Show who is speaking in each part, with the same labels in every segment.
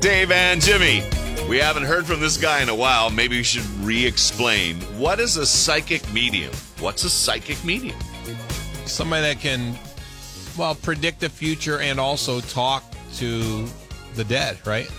Speaker 1: Dave and Jimmy. We haven't heard from this guy in a while. Maybe we should re explain. What is a psychic medium? What's a psychic medium?
Speaker 2: somebody that can well predict the future and also talk to the dead right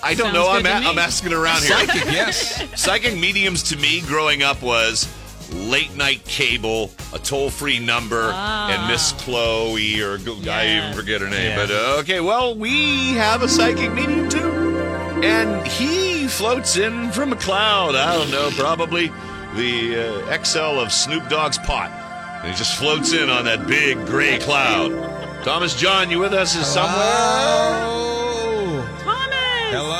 Speaker 1: I don't
Speaker 3: Sounds
Speaker 1: know. I'm,
Speaker 3: good to me.
Speaker 1: I'm asking around here.
Speaker 2: psychic yes
Speaker 1: Psychic mediums to me growing up was late night cable, a toll free number, and Miss Chloe, or go- I even
Speaker 3: Yes.
Speaker 1: forget her name.
Speaker 2: Ah. Yeah.
Speaker 1: But uh, okay, well, we have a psychic medium too. And he floats in from a cloud. I don't know, probably the uh, XL of Snoop Dogg's pot. And he just floats in on that big gray cloud. Thomas John, you with us? Is somewhere?
Speaker 2: hello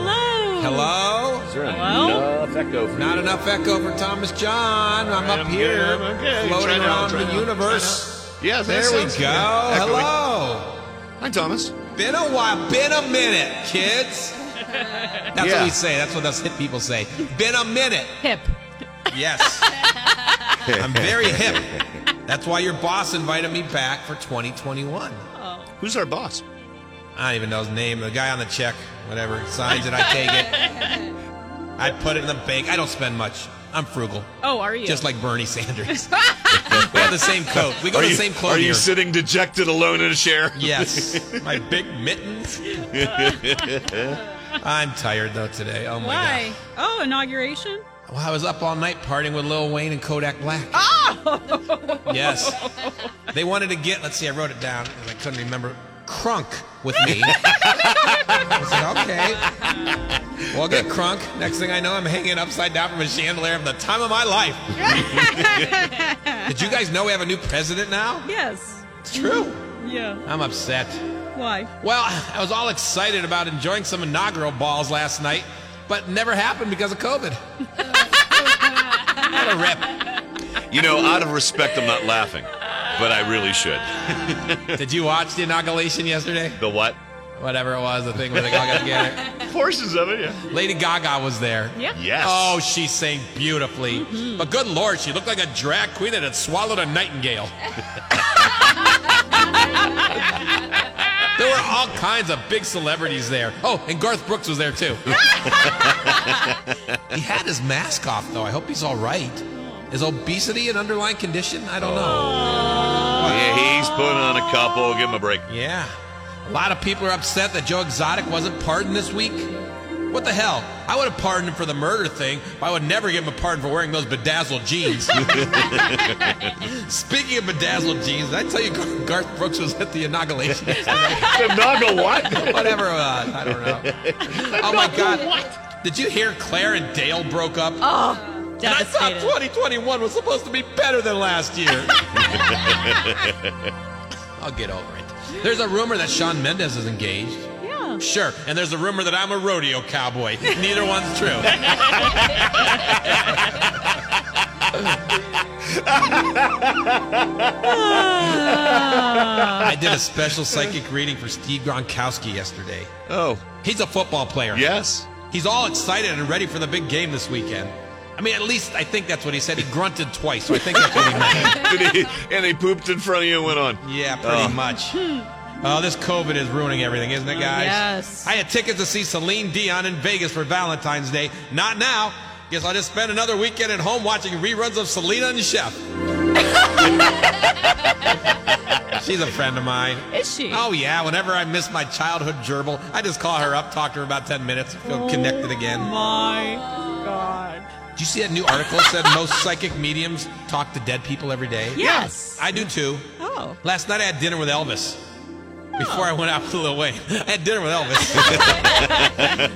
Speaker 2: hello
Speaker 3: Hello.
Speaker 2: hello
Speaker 1: Is there
Speaker 3: Hello?
Speaker 1: enough echo for
Speaker 2: not
Speaker 1: you?
Speaker 2: enough echo for thomas john i'm
Speaker 1: right,
Speaker 2: up
Speaker 1: I'm
Speaker 2: here
Speaker 1: good, I'm okay. Try
Speaker 2: floating
Speaker 1: now,
Speaker 2: around
Speaker 1: try
Speaker 2: the
Speaker 1: now,
Speaker 2: universe
Speaker 1: Yeah, that
Speaker 2: there we
Speaker 1: sounds-
Speaker 2: go
Speaker 1: yeah, echoey.
Speaker 2: hello
Speaker 1: Hi, Thomas.
Speaker 2: been a while been a minute kids that's
Speaker 1: Yeah.
Speaker 2: what we say that's what us hip people say been a minute
Speaker 3: Hip.
Speaker 2: Yes. I'm very hip. That's why your boss invited me back for 2021.
Speaker 1: Who's our boss?
Speaker 2: I don't even know his name. The guy on the check, whatever, signs it, I take it. I put it in the bank. I don't spend much. I'm frugal,
Speaker 3: Oh, are you?
Speaker 2: just like Bernie Sanders. we have the same coat. We go to the same clothes.
Speaker 1: are you sitting dejected alone in a chair?
Speaker 2: Yes. My big mittens. I'm tired though today. Oh my
Speaker 3: Why? Oh, inauguration.
Speaker 2: god. Well, I was up all night partying with Lil Wayne and Kodak Black.
Speaker 3: Oh.
Speaker 2: Yes. They wanted to get, let's see, I wrote it down because I couldn't remember, crunk with me. I was like, okay. Well, I'll get crunk. Next thing I know, I'm hanging upside down from a chandelier for the time of my life. Did you guys know we have a new president now?
Speaker 3: Yes.
Speaker 2: It's true.
Speaker 3: Yeah.
Speaker 2: I'm upset.
Speaker 3: Why?
Speaker 2: Well, I was all excited about enjoying some inaugural balls last night, but never happened because of COVID. what a rip.
Speaker 1: You know, out of respect, I'm not laughing, but I really should.
Speaker 2: Did you watch the inauguration yesterday?
Speaker 1: The what?
Speaker 2: Whatever it was, the thing where they all got together.
Speaker 1: Portions of it, yeah.
Speaker 2: Lady Gaga was there.
Speaker 3: Yeah.
Speaker 1: Yes.
Speaker 2: Oh, she sang beautifully. But good lord, she looked like a drag queen that had swallowed a nightingale. there were all kinds of big celebrities there. Oh, and Garth Brooks was there too. he had his mask off though. I hope he's all right. Is obesity an underlying condition? I don't know.
Speaker 1: yeah, he's putting on a couple. Give him a break.
Speaker 2: Yeah. A lot of people are upset that Joe Exotic wasn't pardoned this week. What the hell? I would have pardoned him for the murder thing, but I would never give him a pardon for wearing those bedazzled jeans. Speaking of bedazzled jeans, did I tell you Gar- Garth Brooks was at the inauguration?
Speaker 1: Noggle what?
Speaker 2: Whatever it was, I don't know. Oh my God. Did you hear Claire and Dale broke up? and I thought
Speaker 3: Devastated.
Speaker 2: 2021 was supposed to be better than last year. I'll get over it. There's a rumor that Sean Mendez is engaged.
Speaker 3: Yeah.
Speaker 2: Sure. And there's a rumor that I'm a rodeo cowboy. Neither one's true.
Speaker 3: Uh,
Speaker 2: I did a special psychic reading for Steve Gronkowski yesterday.
Speaker 1: Oh,
Speaker 2: He's a football player.
Speaker 1: yes.
Speaker 2: He's all excited and ready for the big game this weekend. I mean, at least I think that's what he said. He grunted twice, so I think that's what he meant.
Speaker 1: Did he, and he pooped in front of you and went on.
Speaker 2: Yeah, pretty much.
Speaker 3: Hmm.
Speaker 2: Oh, this COVID is ruining everything, isn't it, guys?
Speaker 3: Oh, yes.
Speaker 2: I had tickets to see Celine Dion in Vegas for Valentine's Day. Not now. Guess I'll just spend another weekend at home watching reruns of Selena and Chef. She's a friend of mine.
Speaker 3: Is she?
Speaker 2: Oh, yeah. Whenever I miss my childhood gerbil, I just call her up, talk to her about 10 minutes,
Speaker 3: Oh.
Speaker 2: feel connected again.
Speaker 3: My God.
Speaker 2: Did you see that new article that said most psychic mediums talk to dead people every day?
Speaker 3: Yes.
Speaker 2: I do too.
Speaker 3: Oh.
Speaker 2: Last night I had dinner with Elvis. before I went out with Lil Wayne. I had dinner with Elvis.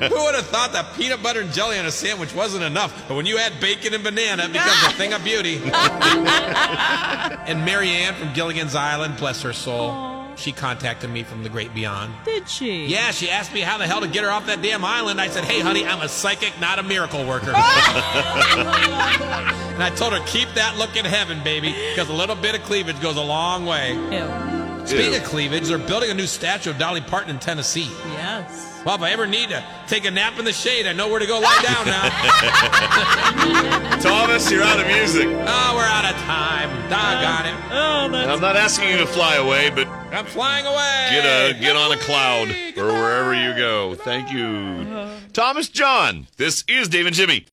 Speaker 2: Who would have thought that peanut butter and jelly on a sandwich wasn't enough? But when you add bacon and banana, it becomes a thing of beauty. and Mary Ann from Gilligan's Island, bless her soul,
Speaker 3: Aw.
Speaker 2: she contacted me from the great beyond.
Speaker 3: Did she?
Speaker 2: Yeah, she asked me how the hell to get her off that damn island. I said, hey, honey, I'm a psychic, not a miracle worker. and I told her, keep that look in heaven, baby, because a little bit of cleavage goes a long way.
Speaker 3: Ew.
Speaker 2: Speaking
Speaker 1: Ew.
Speaker 2: of cleavage, they're building a new statue of Dolly Parton in Tennessee.
Speaker 3: Yes.
Speaker 2: Well, if I ever need to take a nap in the shade, I know where to go lie down now.
Speaker 1: Thomas, you're out of music.
Speaker 2: oh, we're out of time. Doggone it.
Speaker 3: Oh, that's
Speaker 1: I'm not asking you to fly away, but
Speaker 2: I'm flying away.
Speaker 1: get a get on a cloud or wherever you go. Thank you, Thomas John. This is Dave and Jimmy.